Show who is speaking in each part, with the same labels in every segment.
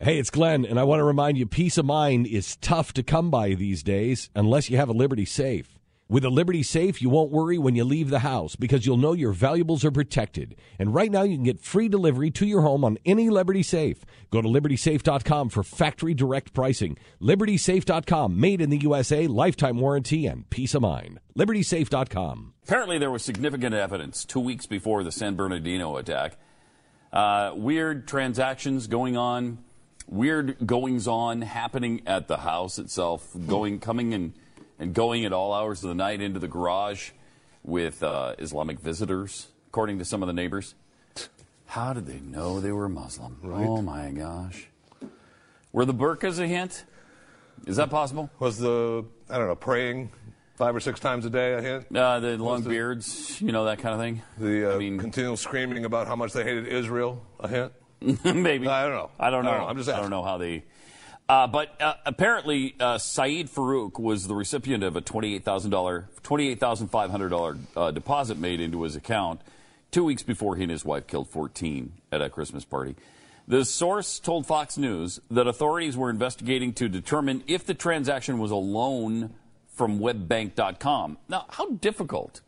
Speaker 1: Hey, it's Glenn, and I want to remind you peace of mind is tough to come by these days unless you have a Liberty safe. With a Liberty safe, you won't worry when you leave the house because you'll know your valuables are protected. And right now, you can get free delivery to your home on any Liberty safe. Go to libertysafe.com for factory direct pricing. Libertysafe.com, made in the USA, lifetime warranty, and peace of mind. Libertysafe.com.
Speaker 2: Apparently, there was significant evidence two weeks before the San Bernardino attack. Uh, weird transactions going on, weird goings on happening at the house itself, going, coming and, and going at all hours of the night into the garage with uh, Islamic visitors, according to some of the neighbors. How did they know they were Muslim? Oh my gosh. Were the burqas a hint? Is that possible?
Speaker 3: Was the I don't know praying five or six times a day? I hint
Speaker 2: Uh, the long beards, you know, that kind of thing?
Speaker 3: the uh,
Speaker 2: I mean-
Speaker 3: continual screaming about how much they hated Israel. A hint.
Speaker 2: Maybe.
Speaker 3: I don't know.
Speaker 2: I don't know.
Speaker 3: I don't know. I'm just
Speaker 2: I don't
Speaker 3: asking.
Speaker 2: know how they. Uh, but uh, apparently, uh, Saeed Farouk was the recipient of a $28,000, $28,500 uh, deposit made into his account two weeks before he and his wife killed 14 at a Christmas party. The source told Fox News that authorities were investigating to determine if the transaction was a loan from webbank.com. Now, how difficult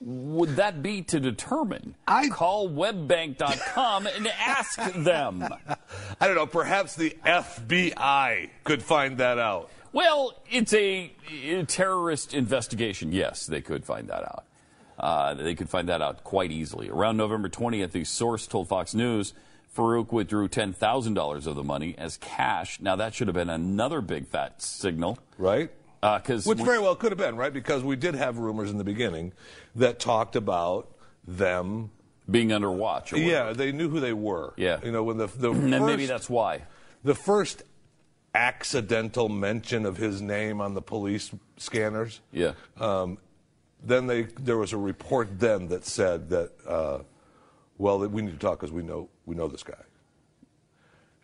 Speaker 2: would that be to determine?
Speaker 4: I-
Speaker 2: Call webbank.com and ask them.
Speaker 3: I don't know. Perhaps the FBI could find that out.
Speaker 2: Well, it's a, a terrorist investigation. Yes, they could find that out. Uh, they could find that out quite easily. Around November 20th, the source told Fox News Farouk withdrew $10,000 of the money as cash. Now, that should have been another big fat signal. uh,
Speaker 3: Right.
Speaker 2: Because
Speaker 3: Which very well could have been right because we did have rumors in the beginning that talked about them.
Speaker 2: being under watch. Or whatever.
Speaker 3: Yeah, they knew who they were.
Speaker 2: Yeah.
Speaker 3: You know when the the
Speaker 2: And then
Speaker 3: first,
Speaker 2: maybe that's why.
Speaker 3: the first accidental mention of his name on the police scanners.
Speaker 2: Yeah.
Speaker 3: Um, then they there was a report then that said that uh, well that we need to talk because we know we know this guy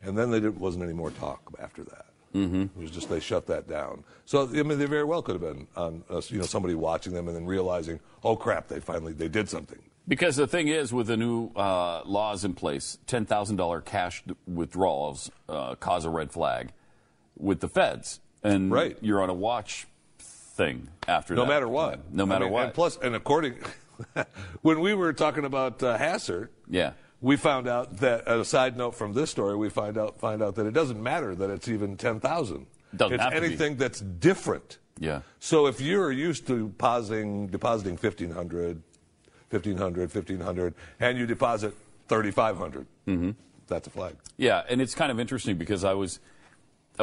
Speaker 3: and then there didn't- wasn't any more talk after that mm-hmm. it was just they shut that down so i mean they very well could have been on uh, you know somebody watching them and then realizing oh crap they finally they did something
Speaker 2: Because the thing is, with the new uh, laws in place, ten thousand dollar cash d- withdrawals uh, cause a red flag with the feds, and
Speaker 3: Right.
Speaker 2: you're on a watch thing after
Speaker 3: no
Speaker 2: that.
Speaker 3: matter what
Speaker 2: No
Speaker 3: I
Speaker 2: matter
Speaker 3: mean,
Speaker 2: what.
Speaker 3: and plus and according when we were talking about uh, hassert
Speaker 2: yeah.
Speaker 3: we found out that a side note from this story, we find out find out that it doesn't matter that it's even ten thousand.
Speaker 2: Doesn't
Speaker 3: it's
Speaker 2: have to be.
Speaker 3: anything that's different.
Speaker 2: Yeah.
Speaker 3: So if you're used to depositing depositing 1500 1500 1500 and you deposit 3500
Speaker 2: Mm-hmm.
Speaker 3: that's a flag.
Speaker 2: Yeah, and it's kind of interesting because I was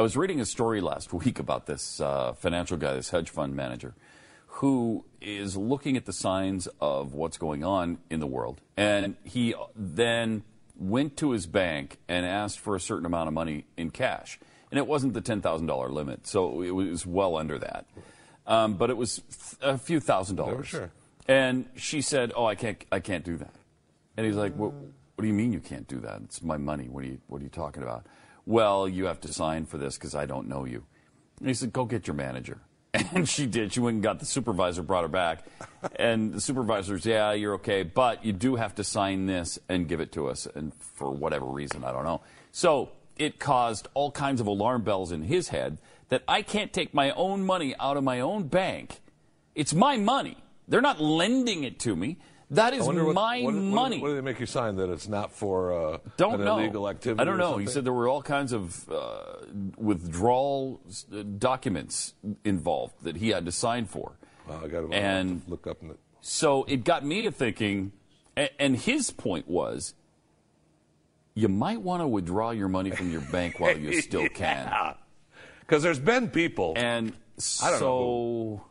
Speaker 2: I was reading a story last week about this uh, financial guy, this hedge fund manager, who is looking at the signs of what's going on in the world, and he then went to his bank and asked for a certain amount of money in cash, and it wasn't the ten thousand dollar limit, so it was well under that, um, but it was a few thousand dollars.
Speaker 3: sure.
Speaker 2: And she said, "Oh, I can't, I can't do that." And he's like, "What? What do you mean you can't do that? It's my money. What are you, what are you talking about?" Well, you have to sign for this because I don't know you. And he said, "Go get your manager." And she did. She went and got the supervisor, brought her back, and the supervisor's, "Yeah, you're okay, but you do have to sign this and give it to us." And for whatever reason, I don't know. So it caused all kinds of alarm bells in his head that I can't take my own money out of my own bank it's my money. They're not lending it to me. That is
Speaker 3: wonder what-
Speaker 2: my
Speaker 3: what- what-
Speaker 2: money.
Speaker 3: What do they make you sign that it's not for uh,
Speaker 2: don't
Speaker 3: an
Speaker 2: know.
Speaker 3: illegal activity?
Speaker 2: I don't
Speaker 3: or
Speaker 2: know. He
Speaker 3: something?
Speaker 2: said there were all kinds of uh, withdrawal s- uh, documents involved that he had to sign for.
Speaker 3: Wow, I got to
Speaker 2: And-
Speaker 3: look up. in the-
Speaker 2: So it got me to thinking, a- and his point was, you might want to withdraw your money from your bank while you still can.
Speaker 3: Because there's been people.
Speaker 2: And
Speaker 3: I don't
Speaker 2: so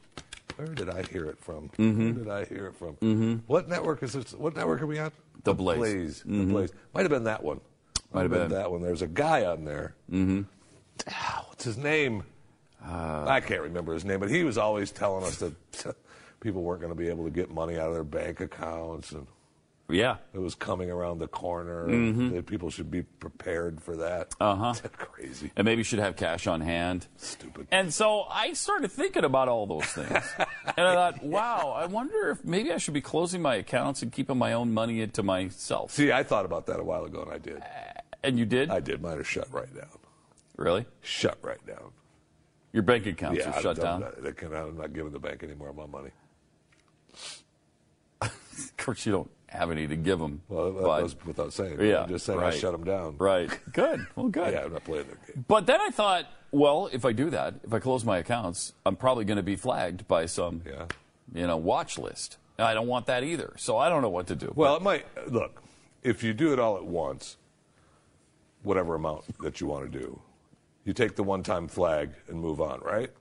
Speaker 3: Where did I hear it from? Where did I hear it from? What network is this? What network are we on?
Speaker 2: The Blaze.
Speaker 3: The Blaze. Might have been that one. Might
Speaker 2: have been.
Speaker 3: that one. There's a guy on there. Mm-hmm. What's his name? I can't remember his name, but he was always telling us that people weren't going to be able to get money out of their bank accounts, and
Speaker 2: yeah,
Speaker 3: it was coming around the corner. and That people should be prepared for that. Uh huh. Crazy.
Speaker 2: and maybe you should have cash on hand.
Speaker 3: Stupid.
Speaker 2: And so I started thinking about all those things. and I thought, wow, I wonder if maybe I should be closing my accounts and keeping my own money into myself.
Speaker 3: See, I thought about that a while ago, and I did.
Speaker 2: And you did?
Speaker 3: I did. Mine are shut right down.
Speaker 2: really?
Speaker 3: Shut right down.
Speaker 2: Your bank accounts
Speaker 3: yeah,
Speaker 2: are shut
Speaker 3: I'm,
Speaker 2: down.
Speaker 3: Not, they can, I'm not giving the bank any more of my money.
Speaker 2: Of course, you don't have any to give them.
Speaker 3: Well, that
Speaker 2: but-
Speaker 3: goes without saying.
Speaker 2: yeah,
Speaker 3: I'm just saying
Speaker 2: right.
Speaker 3: I shut them down.
Speaker 2: Right. Good. Well, good.
Speaker 3: Yeah, I'm not playing their game.
Speaker 2: But then I thought, well, if I do that, if I close my accounts, I'm probably going to be flagged by some,
Speaker 3: Yeah.
Speaker 2: you know, watch list. And I don't want that either. So I don't know what to do.
Speaker 3: Well, it might look if you do it all at once, whatever amount that you want to do, you take the one-time flag and move on, right?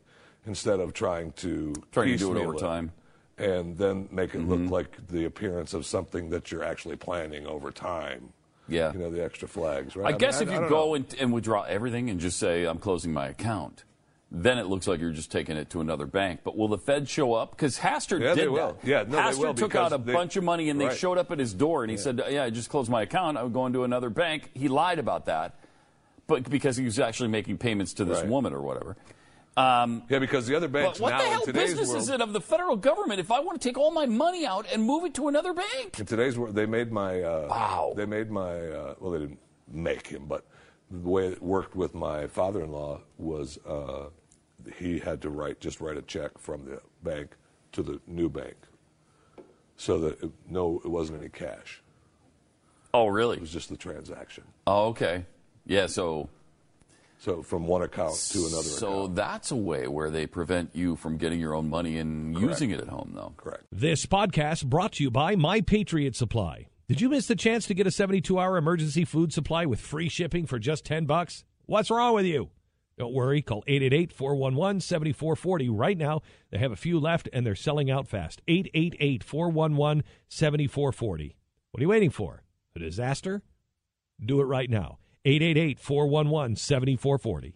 Speaker 3: Instead of trying to
Speaker 2: Trying to do it
Speaker 3: piecemeal
Speaker 2: over time.
Speaker 3: and then make it look like the appearance of something that you're actually planning over time.
Speaker 2: Yeah.
Speaker 3: you know the extra flags, right?
Speaker 2: I
Speaker 3: mean,
Speaker 2: guess if
Speaker 3: I
Speaker 2: you
Speaker 3: don't
Speaker 2: go
Speaker 3: know.
Speaker 2: and, and withdraw everything and just say, I'm closing my account, then it looks like you're just taking it to another bank. But will the Fed show up? Because Hastert
Speaker 3: Yeah,
Speaker 2: did
Speaker 3: they will.
Speaker 2: that.
Speaker 3: Yeah, no, they
Speaker 2: Hastert
Speaker 3: will
Speaker 2: took
Speaker 3: because
Speaker 2: out a
Speaker 3: they-
Speaker 2: bunch of money and they
Speaker 3: Right.
Speaker 2: showed up at his door and he said, Yeah, I just closed my account. I'm going to another bank. He lied about that but because he was actually making payments to this
Speaker 3: Right.
Speaker 2: woman or whatever. Um,
Speaker 3: yeah, because the other banks
Speaker 2: but what
Speaker 3: now
Speaker 2: the hell
Speaker 3: in today's
Speaker 2: business
Speaker 3: world,
Speaker 2: is it of the federal government if I want to take all my money out and move it to another bank?
Speaker 3: In today's world, they made my uh,
Speaker 2: Wow.
Speaker 3: They made my uh, well, they didn't make him, but the way it worked with my father-in-law was uh, he had to write just write a check from the bank to the new bank, so that it, no, it wasn't any cash.
Speaker 2: Oh,
Speaker 3: It
Speaker 2: really?
Speaker 3: was just the transaction.
Speaker 2: Oh, okay. Yeah, so
Speaker 3: So from one account to another
Speaker 2: so
Speaker 3: account.
Speaker 2: that's a way where they prevent you from getting your own money and using it at home, though.
Speaker 3: Correct.
Speaker 1: This podcast brought to you by My Patriot Supply. Did you miss the chance to get a 72-hour emergency food supply with free shipping for just 10 bucks? What's wrong with you? Don't worry, call 888-411-7440 right now. They have a few left and they're selling out fast. 888-411-7440. What are you waiting for? A disaster? Do it right now. 888-411-7440.